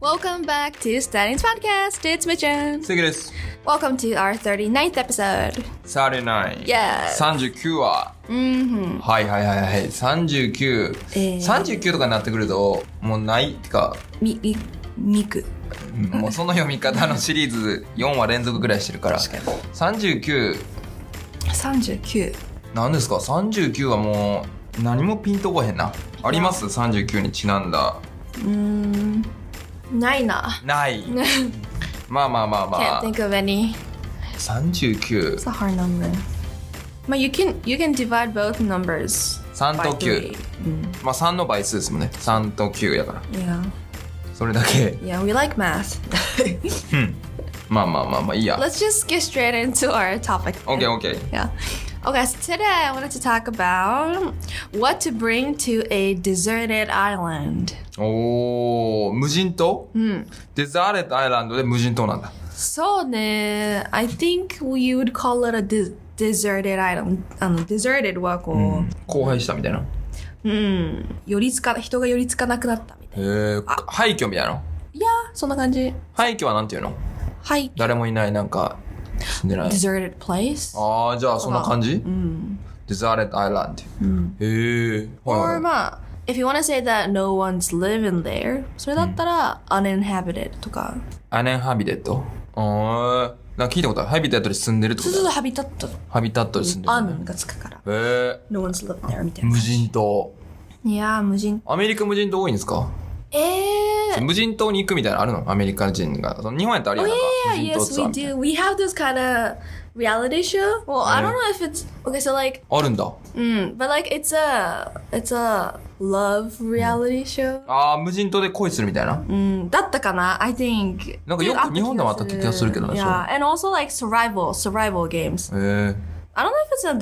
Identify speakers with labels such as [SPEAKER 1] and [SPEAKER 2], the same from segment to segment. [SPEAKER 1] Welcome back to Stalin's podcast. It's Mitchum.
[SPEAKER 2] 次です
[SPEAKER 1] Welcome to our 39th episode.
[SPEAKER 2] されない
[SPEAKER 1] Yes.
[SPEAKER 2] 39話
[SPEAKER 1] Mm-hmm.
[SPEAKER 2] はいはいはいはい3939、
[SPEAKER 1] えー
[SPEAKER 2] 39とかになってくるともうないってか
[SPEAKER 1] み、み、みく。
[SPEAKER 2] うんもうその読み方のシリーズ4話連続ぐらいしてるから
[SPEAKER 1] 確かに。
[SPEAKER 2] 39
[SPEAKER 1] 39。
[SPEAKER 2] 何ですか39はもう何もピンとこへんなあります39にちなんだ
[SPEAKER 1] うーん。ない な。
[SPEAKER 2] ないまあまあまあま
[SPEAKER 1] Can't
[SPEAKER 2] あ
[SPEAKER 1] think of any. Ah.
[SPEAKER 2] 39
[SPEAKER 1] It's a hard number. But you can, you can divide both numbers.
[SPEAKER 2] 3
[SPEAKER 1] by
[SPEAKER 2] と9
[SPEAKER 1] three. うん
[SPEAKER 2] まあ3の倍数ですもんね3と9やから
[SPEAKER 1] Yeah.
[SPEAKER 2] それだけ
[SPEAKER 1] Yeah, we like math.
[SPEAKER 2] まあまあまあまあいいや
[SPEAKER 1] Let's just get straight into our topic.
[SPEAKER 2] OK OK
[SPEAKER 1] Yeah. Okay, so today I wanted to talk about what to bring to a deserted island.
[SPEAKER 2] おー無人島
[SPEAKER 1] うん。
[SPEAKER 2] デザーレットアイランドで無人島なんだ
[SPEAKER 1] そうね。I think we would call it a de- deserted island. あの、deserted はこう、うん、
[SPEAKER 2] 荒廃したみたいなへ
[SPEAKER 1] 寄りつか、人が寄りつかなくなったみたい
[SPEAKER 2] え廃墟みたいな
[SPEAKER 1] な。いや、そんな感じ。
[SPEAKER 2] 廃墟はなんていうの
[SPEAKER 1] はい。
[SPEAKER 2] 誰もいないなんか住んでない
[SPEAKER 1] deserted place?
[SPEAKER 2] ああじゃあそんな感じ
[SPEAKER 1] うん。
[SPEAKER 2] デザーレットアイランドへえはい
[SPEAKER 1] or
[SPEAKER 2] はい
[SPEAKER 1] まあ、if you want to say that no one's living there, それだったら、uninhabited とか。
[SPEAKER 2] アネンハビテットああ聞いたことあるハビテットに住んでるってこ
[SPEAKER 1] そう
[SPEAKER 2] と
[SPEAKER 1] そう
[SPEAKER 2] だ
[SPEAKER 1] そう、ハビタット。
[SPEAKER 2] ハビタットに住んでる
[SPEAKER 1] un がつくから。
[SPEAKER 2] へえ
[SPEAKER 1] No one's lived there みたいな
[SPEAKER 2] 無。人島
[SPEAKER 1] いやー、無人。
[SPEAKER 2] アメリカ無人島多いんですか
[SPEAKER 1] えー。
[SPEAKER 2] 無人島に行くみたいなのあるのアメリカ人がその日本やったらあるやんな
[SPEAKER 1] Yeah,
[SPEAKER 2] んか無人島
[SPEAKER 1] yes,
[SPEAKER 2] ツアー
[SPEAKER 1] we
[SPEAKER 2] み
[SPEAKER 1] do. We
[SPEAKER 2] たいな
[SPEAKER 1] have this kind of reality show. Well, I don't know if it's okay. So like,
[SPEAKER 2] あるんだ
[SPEAKER 1] mm, but like it's a it's a love reality show.
[SPEAKER 2] ああ、無人島で恋するみたいな。
[SPEAKER 1] Mm, だったかな I think.
[SPEAKER 2] なんかよく
[SPEAKER 1] っていう
[SPEAKER 2] 日本でもあった気がするけどね、
[SPEAKER 1] Yeah, and also like survival survival games.
[SPEAKER 2] へえ。
[SPEAKER 1] I don't know if it's a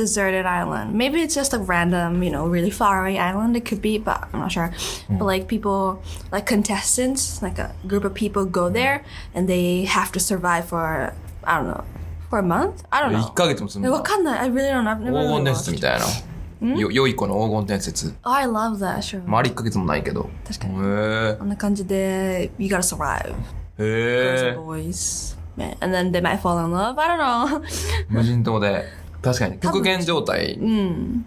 [SPEAKER 1] deserted island. Maybe it's just a random, you know, really far away island. It could be, but I'm not sure. But like people, like contestants, like a group of people go there and they have to survive for I don't know for a month. I don't
[SPEAKER 2] 1
[SPEAKER 1] know.
[SPEAKER 2] ヶ月も住んだ。
[SPEAKER 1] わかんない I really don't know. I've
[SPEAKER 2] 黄
[SPEAKER 1] never
[SPEAKER 2] 金
[SPEAKER 1] really
[SPEAKER 2] 伝説
[SPEAKER 1] watched.
[SPEAKER 2] みたいな。よ、良い子の黄金伝説。
[SPEAKER 1] Oh, I love that show.
[SPEAKER 2] まあ、あれ1ヶ月もないけど。
[SPEAKER 1] 確かに
[SPEAKER 2] へえ。
[SPEAKER 1] こんな感じで you gotta survive. Girls
[SPEAKER 2] へ
[SPEAKER 1] and
[SPEAKER 2] え。
[SPEAKER 1] boys, man, and then they might fall in love. I don't know.
[SPEAKER 2] 無人島で。確かに。極限状態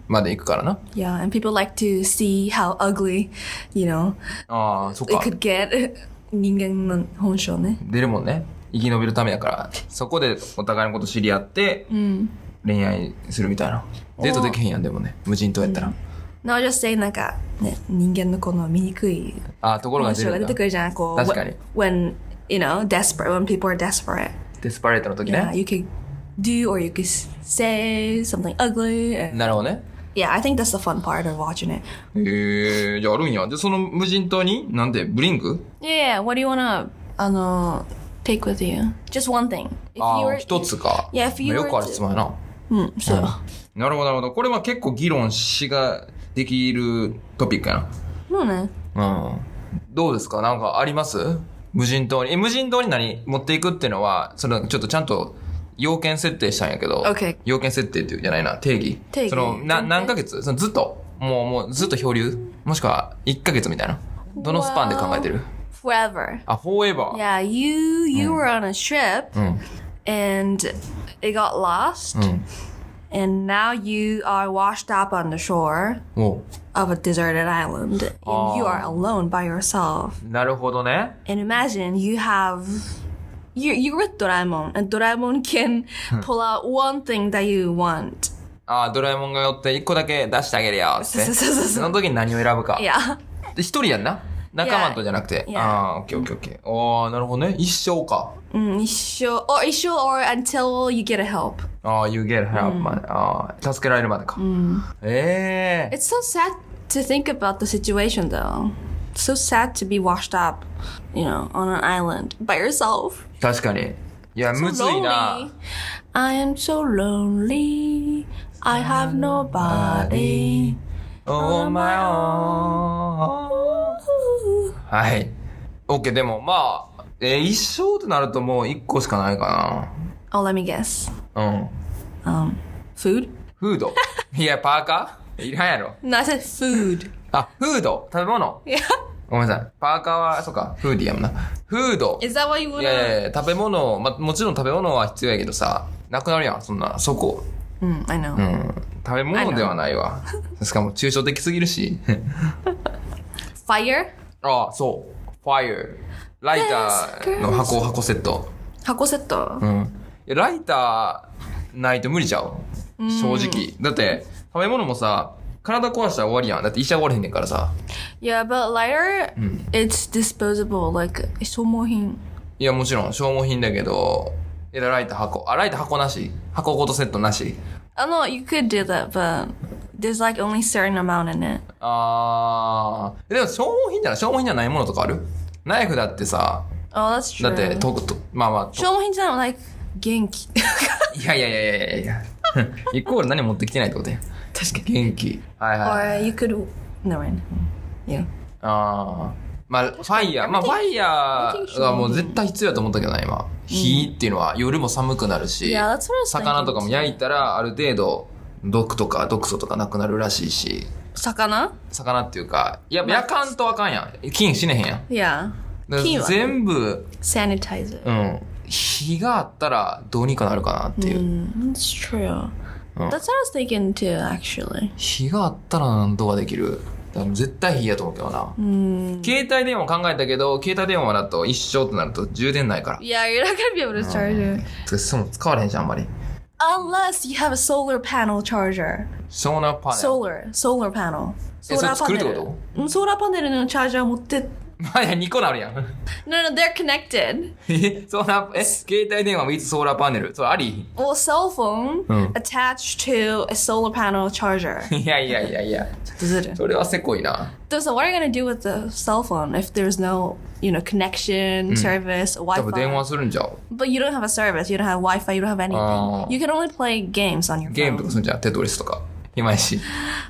[SPEAKER 2] まで行くからな。
[SPEAKER 1] yeah, and people like to see how ugly, you know.
[SPEAKER 2] ああ、そっ
[SPEAKER 1] It
[SPEAKER 2] か。
[SPEAKER 1] could get 人間の本性ね。
[SPEAKER 2] 出るもんね。生き延びるためやから。そこでお互いのこと知り合って、恋愛するみたいな。デートできへんやん、でもね。無人島やったら。
[SPEAKER 1] No, just say なんか、ね、人間のこの醜い
[SPEAKER 2] ああ、ところが
[SPEAKER 1] 本
[SPEAKER 2] 出
[SPEAKER 1] 性
[SPEAKER 2] る
[SPEAKER 1] が
[SPEAKER 2] ん
[SPEAKER 1] 出
[SPEAKER 2] だ
[SPEAKER 1] てくるじゃん。こう、
[SPEAKER 2] 確かに
[SPEAKER 1] when, you know, desperate, when people are desperate.
[SPEAKER 2] デスパレートの時
[SPEAKER 1] Yeah,
[SPEAKER 2] ね。
[SPEAKER 1] you could do or you could say something ugly. and-
[SPEAKER 2] なるほどね。
[SPEAKER 1] Yeah, I think that's the fun part of watching it.
[SPEAKER 2] へえ、じゃああるんや。で、その無人島に、なんで、ブリンク
[SPEAKER 1] Yeah, what do you wanna, あの、take with you? Just one thing. If
[SPEAKER 2] あ
[SPEAKER 1] you
[SPEAKER 2] あ、
[SPEAKER 1] were- Hmm,
[SPEAKER 2] 一つか。
[SPEAKER 1] いや if you
[SPEAKER 2] まあ
[SPEAKER 1] were
[SPEAKER 2] よくある質問やな。
[SPEAKER 1] うん、そう。
[SPEAKER 2] なるほど、なるほど。これは結構議論しができるトピックや
[SPEAKER 1] そうね。
[SPEAKER 2] な。うん。どうですかなんかあります無人島に。え、無人島に何持っていくっていうのは、その、ちょっとちゃんと、要件設定したんやけど、
[SPEAKER 1] OK
[SPEAKER 2] 要件設定っていうんじゃないな、定義。
[SPEAKER 1] 定義
[SPEAKER 2] その、な、
[SPEAKER 1] 全体
[SPEAKER 2] 何ヶ月そのずっと、もう、もうずっと漂流もしくは、1ヶ月みたいな。どのスパンで考えてる
[SPEAKER 1] Forever.
[SPEAKER 2] あ、フォーエバー。
[SPEAKER 1] Yeah, you, you were on a ship.
[SPEAKER 2] うん。
[SPEAKER 1] and it got lost.
[SPEAKER 2] Mm.
[SPEAKER 1] And now you are washed up on the shore
[SPEAKER 2] おう
[SPEAKER 1] of a deserted island. And you
[SPEAKER 2] Oh.
[SPEAKER 1] are alone by yourself.
[SPEAKER 2] なるほどね。
[SPEAKER 1] And imagine you have. You, you're with Doraemon, and Doraemon can pull out one thing that you want.
[SPEAKER 2] ああ、ドラえもんが寄って一個だけ出してあげるよって。
[SPEAKER 1] そうそうそうそう
[SPEAKER 2] その時に何を選ぶ か。
[SPEAKER 1] Yeah.
[SPEAKER 2] で、一人やんな。仲間とじゃなくて。
[SPEAKER 1] Yeah.
[SPEAKER 2] ああ、オッケーオッケーオッケー。ああ、なるほどね。一生か。
[SPEAKER 1] Mm, sure, or sure, or until you get a help.
[SPEAKER 2] ああ、you get help まで。ああ、助けられるまでか。ええ
[SPEAKER 1] It's so sad to think about the situation, though. So sad to be washed up, you know, on an island by yourself.
[SPEAKER 2] 確かに。いや、むずいな
[SPEAKER 1] lonely.。I am so lonely. I have nobody.
[SPEAKER 2] Oh my own. はい。オッケー、でもまあ、えー一生ってなるともう一個しかないか
[SPEAKER 1] Oh, let me guess.
[SPEAKER 2] な。うん。
[SPEAKER 1] Um, food?
[SPEAKER 2] フード。いや、パーカーいらんやろ。
[SPEAKER 1] No, I said food.
[SPEAKER 2] あ、フード。食べ物。
[SPEAKER 1] Yeah.
[SPEAKER 2] ごめんなさい。パーカーは、そうか、フーディやもんな。フード。
[SPEAKER 1] Is that what you
[SPEAKER 2] い
[SPEAKER 1] wanna?
[SPEAKER 2] やいやいや食べ物、ま、もちろん食べ物は必要やけどさ、なくなるやん、そんな、そこ。
[SPEAKER 1] Mm, I know.
[SPEAKER 2] うん。食べ物ではないわ。 しかも、抽象的すぎる し。
[SPEAKER 1] Fire?
[SPEAKER 2] ああ、そう。fire。ライターの箱、箱セット。
[SPEAKER 1] 箱セット。
[SPEAKER 2] うん。いや、ライターないと無理ちゃう。正直。だって、食べ物もさ、体壊したら終わりやん。だって医者終われへんねんからさ。
[SPEAKER 1] Yeah, but lighter, it's disposable. Like, it's so more
[SPEAKER 2] いや、もちろん、消耗品だけど、いや、ライター箱。あ、ライター箱なし。箱ごとセットなし。
[SPEAKER 1] I don't know, Oh, you could do that, but there's like only certain amount in it.
[SPEAKER 2] あー。えでも、消耗品なら消耗品じゃないものとかあるナイフだってさ、
[SPEAKER 1] Oh, that's true.
[SPEAKER 2] だって、と、と、まあまあと、
[SPEAKER 1] 消耗品じゃん、like, 元気。
[SPEAKER 2] いやいやいやいやいやいや。 イコール何持ってきてないってことや。
[SPEAKER 1] 確かに。
[SPEAKER 2] 元気。はいはい。
[SPEAKER 1] Or you could... Never mind. Yeah.
[SPEAKER 2] ああ。まあ、ファイヤー。まあ、ファイヤーはもう絶対必要だと思ったけどな、今。火っていうのは夜も寒くなるし、
[SPEAKER 1] いや that's what I was thinking
[SPEAKER 2] 魚とかも焼いたらある程度、毒とか毒素とかなくなるらしいし、
[SPEAKER 1] 魚
[SPEAKER 2] 魚っていうか、やっぱ焼かんとあかんやん。菌死ねへんやん。
[SPEAKER 1] Yeah.
[SPEAKER 2] だから
[SPEAKER 1] 菌は
[SPEAKER 2] 全部、
[SPEAKER 1] Sanitizer.
[SPEAKER 2] うん。火があったらどうにかなるかなっていう。
[SPEAKER 1] Mm, that's true. That's what I was thinking too, actually.
[SPEAKER 2] 火があったらなんとかできる。だから絶対火やと思うけどな。
[SPEAKER 1] Mm.
[SPEAKER 2] 携帯電話考えたけど、携帯電話だと一生ってなると充電ないから。
[SPEAKER 1] Yeah, you're not gonna be able to charge it.
[SPEAKER 2] てかそもそも使われへんじゃん、あんまり。
[SPEAKER 1] Unless you have a solar panel charger.
[SPEAKER 2] ソーナーパネル。
[SPEAKER 1] Solar, solar Mm, panel.
[SPEAKER 2] えそれ作るってこと
[SPEAKER 1] うんソーラーパネルのチャージャー持って。
[SPEAKER 2] まあ、いや、2個なるやん。
[SPEAKER 1] No, no, they're connected.
[SPEAKER 2] え、ソーナー、え、携帯電話 with ソーラーパネル。それあり
[SPEAKER 1] Well, cell phone
[SPEAKER 2] うん
[SPEAKER 1] attached to a solar panel charger.
[SPEAKER 2] いやいやいやいや。
[SPEAKER 1] Does it?
[SPEAKER 2] それはせこいな。
[SPEAKER 1] So, what are you gonna do with the cell phone if there's no, you know, connection, service,
[SPEAKER 2] 多分電
[SPEAKER 1] Wi-Fi?
[SPEAKER 2] 話するんじゃう。
[SPEAKER 1] But you don't have a service, you don't have Wi-Fi, you don't have anything.
[SPEAKER 2] あー
[SPEAKER 1] You can only play games on your
[SPEAKER 2] ゲームと
[SPEAKER 1] phone.
[SPEAKER 2] かするんじゃん。テトリスとか。暇やし。い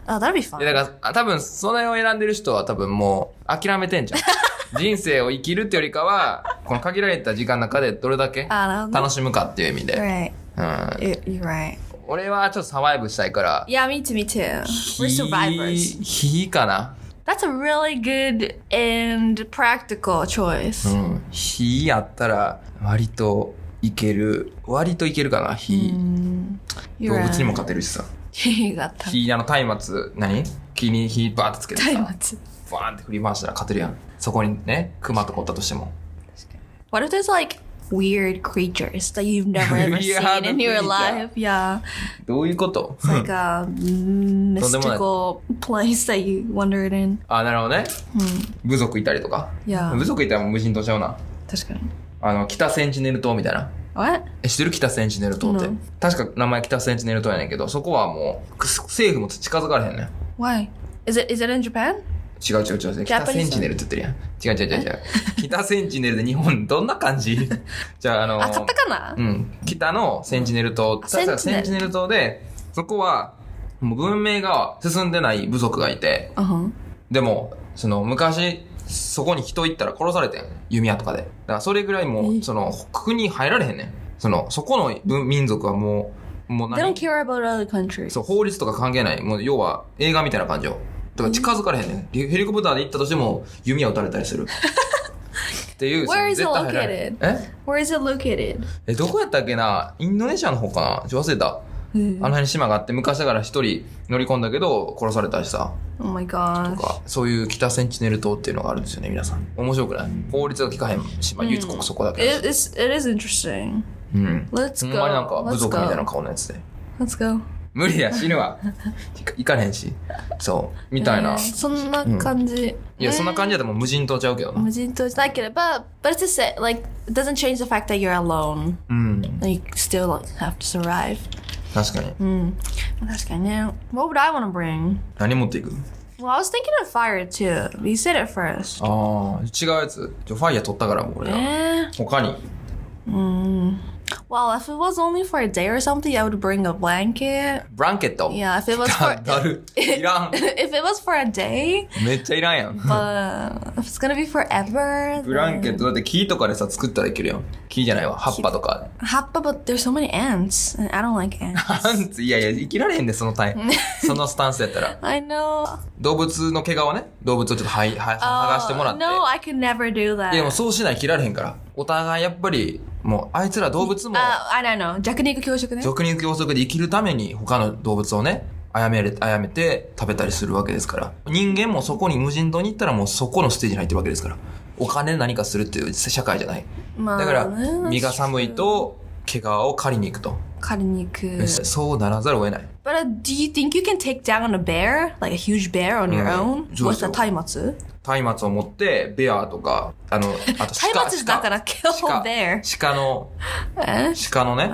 [SPEAKER 1] Oh, that'd be
[SPEAKER 2] や、
[SPEAKER 1] fun.
[SPEAKER 2] だから、あ多分、それを選んでる人は多分もう、諦めてんじゃ ん。人生を生きるってよりかは、この限られた時間の中でどれだけ
[SPEAKER 1] あなるほど
[SPEAKER 2] 楽しむかっていう意
[SPEAKER 1] You're
[SPEAKER 2] 味で。
[SPEAKER 1] right.
[SPEAKER 2] うん。
[SPEAKER 1] You- You're right.
[SPEAKER 2] 俺はちょっとサバイブしたいから、
[SPEAKER 1] Yeah, me too, me too. We're
[SPEAKER 2] 火
[SPEAKER 1] survivors.
[SPEAKER 2] 火かな。
[SPEAKER 1] That's a really good and practical choice.
[SPEAKER 2] うん、火やったら割といける割といけるかな火動
[SPEAKER 1] You're
[SPEAKER 2] 物
[SPEAKER 1] right.
[SPEAKER 2] にも勝てるしさ
[SPEAKER 1] you got that.
[SPEAKER 2] 火あの松明何木に火バーってつけてさ
[SPEAKER 1] Time.
[SPEAKER 2] バーンって振り回したら勝てるやんそこにね熊とかおったとしても
[SPEAKER 1] What if there's like weird creatures that you've never ever
[SPEAKER 2] Yeah,
[SPEAKER 1] seen in
[SPEAKER 2] the
[SPEAKER 1] your
[SPEAKER 2] creature.
[SPEAKER 1] life? Yeah.
[SPEAKER 2] どういうこと、
[SPEAKER 1] It's like a mystical place that you wandered in.
[SPEAKER 2] あなるほどね、部族いたりとか
[SPEAKER 1] いや
[SPEAKER 2] 部族いたらもう無人島ちゃうな
[SPEAKER 1] That's good.
[SPEAKER 2] あの北センチネル島みたいな
[SPEAKER 1] What?
[SPEAKER 2] え知ってる北センチネル島って、
[SPEAKER 1] うん
[SPEAKER 2] 確か名前北センチネル島やねんけどそこはもうくす政府も近づかれへんねん
[SPEAKER 1] Why? Is it is it in Japan?
[SPEAKER 2] 違う違う違う違う。北
[SPEAKER 1] Japanese
[SPEAKER 2] センチネルって言ってるやん。違う違う違う違 う。北センチネルで日本どんな感じ じゃあ、あの、
[SPEAKER 1] あ、買ったかな
[SPEAKER 2] うん。北のセンチネル島、
[SPEAKER 1] センチネル
[SPEAKER 2] 確かセンチネル島で、そこは、もう文明が進んでない部族がいて、
[SPEAKER 1] うん。
[SPEAKER 2] でも、その昔、そこに人行ったら殺されてん。弓矢とかで。だからそれぐらいもう、その、国に入られへんねん。その、そこの文民族はもう、もう
[SPEAKER 1] They don't
[SPEAKER 2] 何
[SPEAKER 1] care about other countries.
[SPEAKER 2] そう、法律とか関係ない。もう、要は、映画みたいな感じよ。だから近づかれへんねん。ヘヘリコプターで行ったとしても、弓矢撃たれた りする。っていう。
[SPEAKER 1] Where is
[SPEAKER 2] その絶対入られへん
[SPEAKER 1] it
[SPEAKER 2] え
[SPEAKER 1] Where is it located?
[SPEAKER 2] え、どこやったっけなインドネシアの方かなちょ、忘れた。あの辺に島があって、昔だから一人乗り込んだけど、殺されたりさ。
[SPEAKER 1] Oh my gosh.
[SPEAKER 2] とかそういう北センチネル島っていうのがあるんですよね、皆さん。面白くない法律が効かへん島、唯一ここそこだけだし。
[SPEAKER 1] It is it is interesting.
[SPEAKER 2] うん。
[SPEAKER 1] Let's
[SPEAKER 2] ほ
[SPEAKER 1] go.
[SPEAKER 2] んまになんか部
[SPEAKER 1] Let's
[SPEAKER 2] 族みたいな
[SPEAKER 1] go.
[SPEAKER 2] 顔のやつで。
[SPEAKER 1] Let's go.
[SPEAKER 2] 無理や、死ぬわ。 いか行かれへんし。そう。みたいな。
[SPEAKER 1] そんな感じ。
[SPEAKER 2] いや、そんな感じだともう無人島ちゃうけどな。
[SPEAKER 1] 無人島じゃなければ、but it's the same, like, it doesn't change the fact that you're alone.
[SPEAKER 2] うん。
[SPEAKER 1] And you still like, have to survive. Hmm.
[SPEAKER 2] 確かに。
[SPEAKER 1] 確かにね。What would I want to bring?
[SPEAKER 2] 何持っていく
[SPEAKER 1] Well, I was thinking of fire too. You said it first.
[SPEAKER 2] ああ、違うやつ。じゃあファイヤー取ったからもう俺ら。
[SPEAKER 1] えー
[SPEAKER 2] 他に。
[SPEAKER 1] Hmm. Well, if it was only for a day or something, I would bring a blanket.
[SPEAKER 2] ブランケット。
[SPEAKER 1] Yeah, if it was
[SPEAKER 2] だ
[SPEAKER 1] for
[SPEAKER 2] だる。いらん。
[SPEAKER 1] if it was for a day,
[SPEAKER 2] めっちゃいらんやん。
[SPEAKER 1] but if it's gonna be forever.
[SPEAKER 2] ブランケ
[SPEAKER 1] then-
[SPEAKER 2] ット、だって木とかでさ、作ったらいけるやん。木じゃないわ。葉っぱとか。
[SPEAKER 1] Happa, but there's so many ants, and I don't like ants.
[SPEAKER 2] パン ツ、いやいや、生きられへんで、そのタイム。そのスタンスやったら。
[SPEAKER 1] I know.
[SPEAKER 2] 動物の毛皮をね、動物をちょっとはい、はい、剥がしてもらって。
[SPEAKER 1] no, I could never do that.
[SPEAKER 2] いや、でもそうしない生きられへんから。お互いやっぱり、もう、あいつら動物も、
[SPEAKER 1] あ、I Uh, don't know. 弱肉強食ね。
[SPEAKER 2] 俗に言う法則で生きるために他の動物をね、あやめれ、あやめて食べたりするわけですから。人間もそこに無人島に行ったらもうそこのステージに入ってるわけですから。お金で何かするっていう社会じゃない。
[SPEAKER 1] まあ
[SPEAKER 2] だから、
[SPEAKER 1] ね
[SPEAKER 2] 身が寒いと、毛皮を狩りに行くと。
[SPEAKER 1] 狩りに行く。
[SPEAKER 2] そうならざるを得ない。
[SPEAKER 1] But、uh, do you think you can take down a bear? Like a huge bear on your
[SPEAKER 2] うん
[SPEAKER 1] own?
[SPEAKER 2] そう
[SPEAKER 1] What's
[SPEAKER 2] ですよ
[SPEAKER 1] that? 松明
[SPEAKER 2] 松明を持って、ベアとか、あの、あと鹿。
[SPEAKER 1] 松明だから kill
[SPEAKER 2] 鹿
[SPEAKER 1] bear
[SPEAKER 2] 鹿の、
[SPEAKER 1] え
[SPEAKER 2] 鹿のね。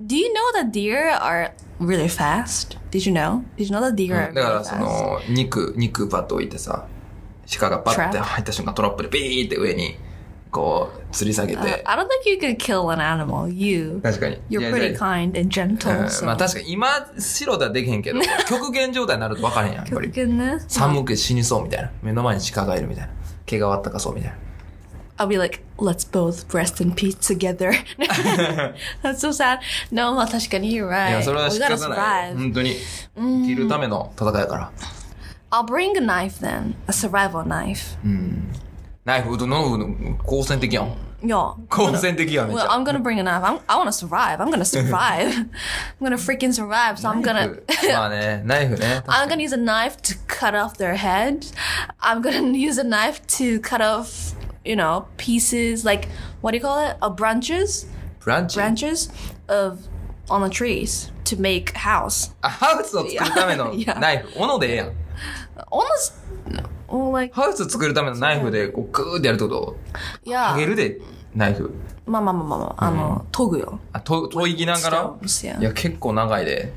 [SPEAKER 1] Do you know that deer are really fast? Did you know? Did you know that deer
[SPEAKER 2] だ
[SPEAKER 1] are
[SPEAKER 2] か
[SPEAKER 1] really
[SPEAKER 2] らそ
[SPEAKER 1] fast?
[SPEAKER 2] の肉肉バッと置いてさ鹿がバッて
[SPEAKER 1] Trap
[SPEAKER 2] 入った瞬間トラップでビーって上にこう吊り下げ
[SPEAKER 1] Uh,
[SPEAKER 2] て
[SPEAKER 1] I don't think you can kill an animal. You.
[SPEAKER 2] 確かに
[SPEAKER 1] You're
[SPEAKER 2] いや
[SPEAKER 1] pretty
[SPEAKER 2] じゃあ
[SPEAKER 1] kind and
[SPEAKER 2] う
[SPEAKER 1] gentle.
[SPEAKER 2] ん
[SPEAKER 1] So.
[SPEAKER 2] まあ確かに今白ではできへん けど極限状態になると分からへんやんやっぱり
[SPEAKER 1] 極限ね。
[SPEAKER 2] 寒くて死にそうみたいな目の前に鹿がいるみたいな毛があったかそうみたいな
[SPEAKER 1] I'll be like, let's both rest in peace together. That's so sad. No, まあ確かに you're
[SPEAKER 2] いや
[SPEAKER 1] right.
[SPEAKER 2] それは
[SPEAKER 1] We
[SPEAKER 2] 仕
[SPEAKER 1] gotta
[SPEAKER 2] 方ない
[SPEAKER 1] survive.
[SPEAKER 2] 本当に生きるための戦いやから
[SPEAKER 1] I'll bring a knife then. A survival knife.
[SPEAKER 2] ナイフどの好戦的やん
[SPEAKER 1] Yeah.
[SPEAKER 2] 好戦的やんめっち
[SPEAKER 1] Well,
[SPEAKER 2] ゃ
[SPEAKER 1] I'm gonna bring a knife. I'm, I want to survive. I'm gonna survive. I'm gonna freaking survive. So I'm
[SPEAKER 2] ナイ
[SPEAKER 1] gonna.
[SPEAKER 2] フまあねナイフね
[SPEAKER 1] I'm gonna use a knife to cut off their head. I'm gonna use a knife to cut off, you know, pieces like what do you call it? Uh, branches,
[SPEAKER 2] ブランチ
[SPEAKER 1] branches of on the trees to make house.
[SPEAKER 2] あハウスを作るための
[SPEAKER 1] いや
[SPEAKER 2] ナイフ斧でええやん
[SPEAKER 1] Almost, or like
[SPEAKER 2] ハウス作るためのナイフでこうグーってやるってことあげ
[SPEAKER 1] yeah.
[SPEAKER 2] るでナイフ
[SPEAKER 1] まあまあまあまあまあ、あの、研ぐよ。
[SPEAKER 2] あと研ぎながら
[SPEAKER 1] Stones,
[SPEAKER 2] い
[SPEAKER 1] Mm. yeah.
[SPEAKER 2] や結構長いで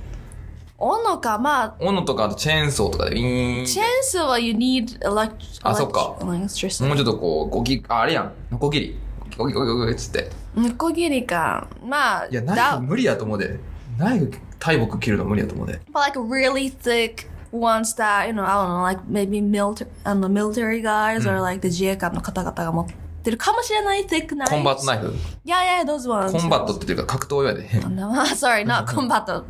[SPEAKER 1] 斧か、まあ、
[SPEAKER 2] 斧とかあとチェーンソーとかでウィーンっ
[SPEAKER 1] チ
[SPEAKER 2] て
[SPEAKER 1] ェーンソーは you need elect-
[SPEAKER 2] あそっか
[SPEAKER 1] electricity.
[SPEAKER 2] もうちょっとこうゴキああれやんノコギリゴキゴキゴキゴキっつって
[SPEAKER 1] ノコギリか。まあ、
[SPEAKER 2] いやナイ
[SPEAKER 1] that,
[SPEAKER 2] フ無理やと思うでナイフ大木切るの無理やと思うで
[SPEAKER 1] but like really thick ones that, you know, I don't know, like maybe military, あの military guys or like the 自衛官の方々が持ってるかもしれない thick knives.
[SPEAKER 2] コンバットナイフ
[SPEAKER 1] Yeah, yeah, those ones.
[SPEAKER 2] コンバットっていうか格闘用やで
[SPEAKER 1] No, sorry, not combat.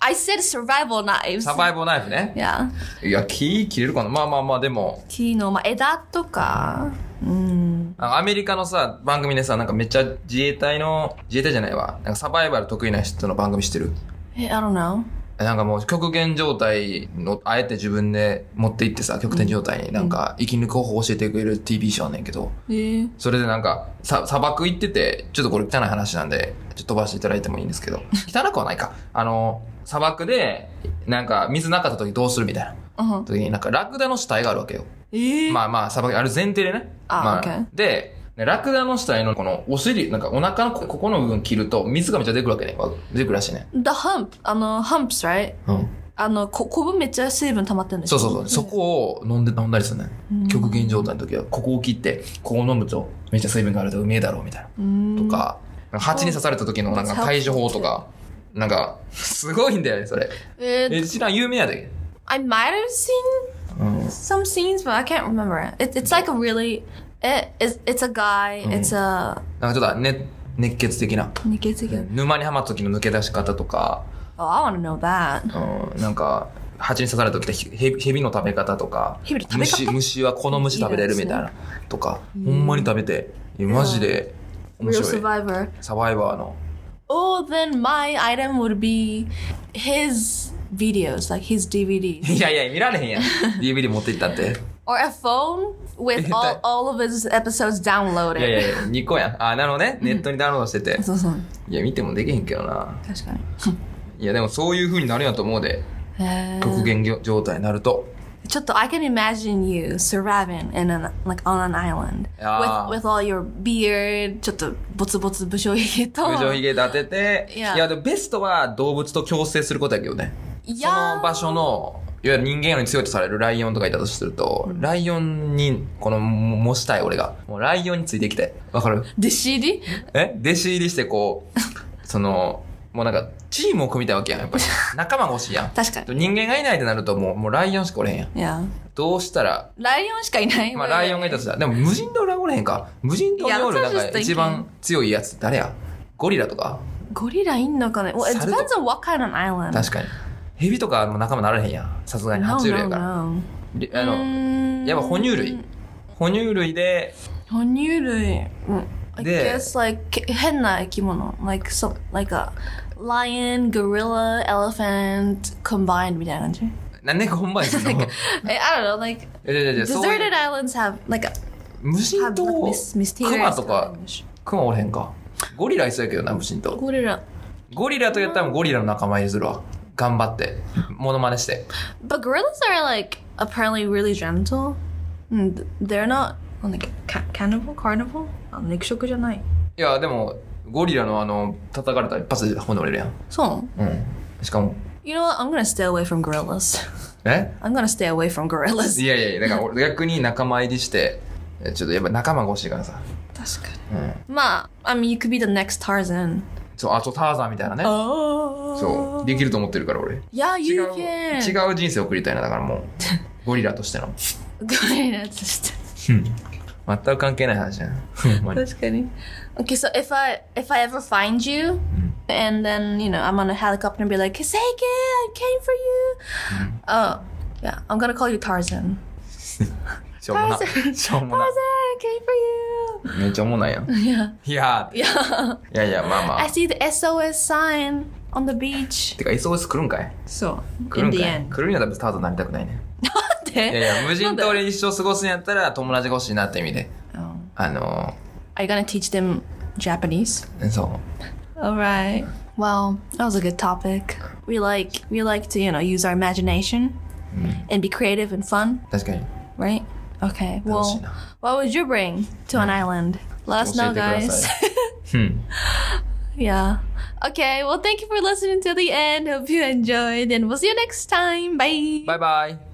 [SPEAKER 1] I said Mm-hmm. survival knives.
[SPEAKER 2] サバイボーナイフね
[SPEAKER 1] Yeah.
[SPEAKER 2] いや木切れるかなまあまあまあでも
[SPEAKER 1] 木の、まあ、枝とか、うん。
[SPEAKER 2] あのアメリカのさ、番組でさ、なんかめっちゃ自衛隊の、自衛隊じゃないわ。なんかサバイバル得意な人の番組してる。
[SPEAKER 1] え、I don't know.
[SPEAKER 2] なんかもう極限状態の、あえて自分で持っていってさ、極限状態になんか生き抜く方法を教えてくれる TV ショーなんやけど、
[SPEAKER 1] え
[SPEAKER 2] それでなんか、さ、砂漠行ってて、ちょっとこれ汚い話なんで、ちょっと飛ばしていただいてもいいんですけど、汚くはないか。あの、砂漠で、なんか水なかった時どうするみたいな。
[SPEAKER 1] うん
[SPEAKER 2] 時になんかラクダの死体があるわけよ。
[SPEAKER 1] え
[SPEAKER 2] まあまあ、砂漠、ある前提でね。
[SPEAKER 1] あ
[SPEAKER 2] ま
[SPEAKER 1] OK
[SPEAKER 2] で、ねラクダの死体のこのお尻、なんかお腹のこここの部分切ると水がめっちゃ出てくるわけね。わ出てくるらしいね。
[SPEAKER 1] The hump, あの、humps, right?
[SPEAKER 2] うん。
[SPEAKER 1] あの、こ、こぶめっちゃ水分溜まってるんでし
[SPEAKER 2] そ
[SPEAKER 1] ょ
[SPEAKER 2] うそうそう。そこを飲んで、飲んだりするね。極限状態の時は、ここを切って、ここを飲むとめっちゃ水分があるとうめえだろうみたいな。とか、蜂に刺された時のなんか対処法とか、なんか、すごいんだよね、それ。
[SPEAKER 1] えー
[SPEAKER 2] え、知らん、有名やで。
[SPEAKER 1] I might have seen
[SPEAKER 2] うん
[SPEAKER 1] some scenes, but I can't remember. It, it's like a really, it, it's, it's a guy,
[SPEAKER 2] Mm.
[SPEAKER 1] it's a,
[SPEAKER 2] なんかちょっとね、熱血的な。
[SPEAKER 1] 抜けすぎる。
[SPEAKER 2] 沼にはまった時の抜け出し方とか、
[SPEAKER 1] Oh, I want to know that.
[SPEAKER 2] うん、なんか、蜂に刺された時ってヘビヘビの食べ方とか、
[SPEAKER 1] ヘビの食べ方
[SPEAKER 2] 虫虫はこの虫食べれるみたい
[SPEAKER 1] いい
[SPEAKER 2] なとか、ほんまに食べて、いやマジで面
[SPEAKER 1] Real
[SPEAKER 2] 白い。
[SPEAKER 1] survivor.
[SPEAKER 2] サバイバーの。
[SPEAKER 1] Oh, then my item would be his videos, like his DVDs.
[SPEAKER 2] いやいや、見られへんや ん。DVD 持って行ったって。
[SPEAKER 1] Or a phone with all, all of his episodes
[SPEAKER 2] い
[SPEAKER 1] downloaded.
[SPEAKER 2] やいやいや、2個やん。あ、なるほどね。ネットにダウンロードしてて。
[SPEAKER 1] そうそう。
[SPEAKER 2] いや、見てもできへんけどな。
[SPEAKER 1] 確かに。
[SPEAKER 2] いや、でもそういう風になるんやと思うで。
[SPEAKER 1] へ ー
[SPEAKER 2] 極限状態になると。
[SPEAKER 1] ちょっと I can imagine you surviving in an like on an island
[SPEAKER 2] あー
[SPEAKER 1] with with all your beard ちょっとボツボツ武将髭と
[SPEAKER 2] 無常ひげ立てて。い
[SPEAKER 1] いや
[SPEAKER 2] や、でもベストは動物と共生することやけどね。
[SPEAKER 1] い
[SPEAKER 2] そ
[SPEAKER 1] や
[SPEAKER 2] の場所の、いわゆる人間より強いとされるライオンとかいたとすると、ライオンに、この、も模した い俺が、もうライオンについてきて。わかる
[SPEAKER 1] 弟子入り
[SPEAKER 2] え弟子入りしてこう、その、もうなんか、チームを組みたいわけやん、や っぱり。仲間が欲しいやん。
[SPEAKER 1] 確かに。
[SPEAKER 2] 人間がいないってなるともう、もうライオンしかおれへんやん。
[SPEAKER 1] いや、
[SPEAKER 2] どうしたら、
[SPEAKER 1] ライオンしかいない。
[SPEAKER 2] まあライオンがいたとしたら、でも無人島ライオンおれへんか。無人島におる
[SPEAKER 1] いや
[SPEAKER 2] なんか
[SPEAKER 1] that's just
[SPEAKER 2] 一番強いやつ誰やゴリラとか
[SPEAKER 1] ゴリラいんのかね well, It
[SPEAKER 2] 猿と
[SPEAKER 1] depends on what kind of island.
[SPEAKER 2] 確かに。ヘビとかも仲間なられへんやん。さすがに爬虫類やから。
[SPEAKER 1] No, Mm. no, no.
[SPEAKER 2] りあ
[SPEAKER 1] う
[SPEAKER 2] の、
[SPEAKER 1] ーん
[SPEAKER 2] やっぱ哺乳類。哺乳類で、
[SPEAKER 1] 哺乳類。うん。I
[SPEAKER 2] で
[SPEAKER 1] guess like け変な生き物。like some, like a lion, gorilla, elephant combined みたいな感じ。
[SPEAKER 2] なんで本番するの
[SPEAKER 1] I I don't know, like
[SPEAKER 2] いやいやいやそういう
[SPEAKER 1] deserted islands have like a,
[SPEAKER 2] 無人
[SPEAKER 1] have
[SPEAKER 2] 島
[SPEAKER 1] like mis-
[SPEAKER 2] ク
[SPEAKER 1] mysterious
[SPEAKER 2] マとか、クマおれへんか。ゴリラいそうやけどな、無人島。
[SPEAKER 1] ゴリラ。
[SPEAKER 2] ゴリラとやったらゴリラの仲間にするわ。頑張って。モノマネして。
[SPEAKER 1] But gorillas are like apparently really gentle. And they're not oh, like ca- cannibal, carnival. Oh, あの肉食じゃない。
[SPEAKER 2] いや、でも、ゴリラのあの、叩かれたら一発で骨折れるやん。
[SPEAKER 1] そう。
[SPEAKER 2] うん。しかも、
[SPEAKER 1] You know what? I'm gonna stay away from gorillas.
[SPEAKER 2] え
[SPEAKER 1] I'm gonna stay away from gorillas.
[SPEAKER 2] いやいやいや、だから俺逆に仲間入りして、えちょっとやっぱ仲間が欲しいからさ。
[SPEAKER 1] 確か
[SPEAKER 2] うん。
[SPEAKER 1] に。まあ、I mean, you could be the next Tarzan.
[SPEAKER 2] そう、あとターザンみたいなね。
[SPEAKER 1] Oh.
[SPEAKER 2] そう。できると思ってるから俺。
[SPEAKER 1] Yeah,
[SPEAKER 2] 違
[SPEAKER 1] you
[SPEAKER 2] う、
[SPEAKER 1] can.
[SPEAKER 2] 違う人生を送りたいな、だからもう。ゴリラとしての。
[SPEAKER 1] ゴリラと して。
[SPEAKER 2] 全く関係ない話じゃん。 ほんまに
[SPEAKER 1] 確かに。Okay, so if I if I ever find you, and then you know I'm on a helicopter and be like, Kaseke, I came for you. Oh, yeah, I'm gonna call you Tarzan.
[SPEAKER 2] しょうもな
[SPEAKER 1] ターザ。ン
[SPEAKER 2] しょうも
[SPEAKER 1] Tarzan,
[SPEAKER 2] な。
[SPEAKER 1] I came for you.
[SPEAKER 2] めっちゃおもないやん。
[SPEAKER 1] Yeah,
[SPEAKER 2] い や
[SPEAKER 1] yeah.
[SPEAKER 2] ー、いやいや、まあま
[SPEAKER 1] I
[SPEAKER 2] あ。
[SPEAKER 1] see the SOS sign on the beach.
[SPEAKER 2] てか、SOS 来るんかい
[SPEAKER 1] So
[SPEAKER 2] 来
[SPEAKER 1] in
[SPEAKER 2] るん
[SPEAKER 1] the
[SPEAKER 2] かい
[SPEAKER 1] end.
[SPEAKER 2] 来るんやったら別にターザンなりたくないね。い
[SPEAKER 1] で
[SPEAKER 2] やいや、無人島で一生過ごすんやったら友達が欲しいなって意味で。
[SPEAKER 1] Oh.
[SPEAKER 2] あの
[SPEAKER 1] Are you gonna teach them Japanese?
[SPEAKER 2] ー、そう。
[SPEAKER 1] All right. Well, that was a good topic. We like we like to you know use our imagination and be creative and fun,
[SPEAKER 2] 確かに。
[SPEAKER 1] right? Okay.
[SPEAKER 2] 楽しい
[SPEAKER 1] Well,
[SPEAKER 2] な。
[SPEAKER 1] what would you bring to an island? Let us know,
[SPEAKER 2] 教えてください。
[SPEAKER 1] guys.
[SPEAKER 2] うん。
[SPEAKER 1] yeah. Okay. Well, thank you for listening to the end. Hope you enjoyed, and we'll see you next time. Bye.
[SPEAKER 2] バイバイ。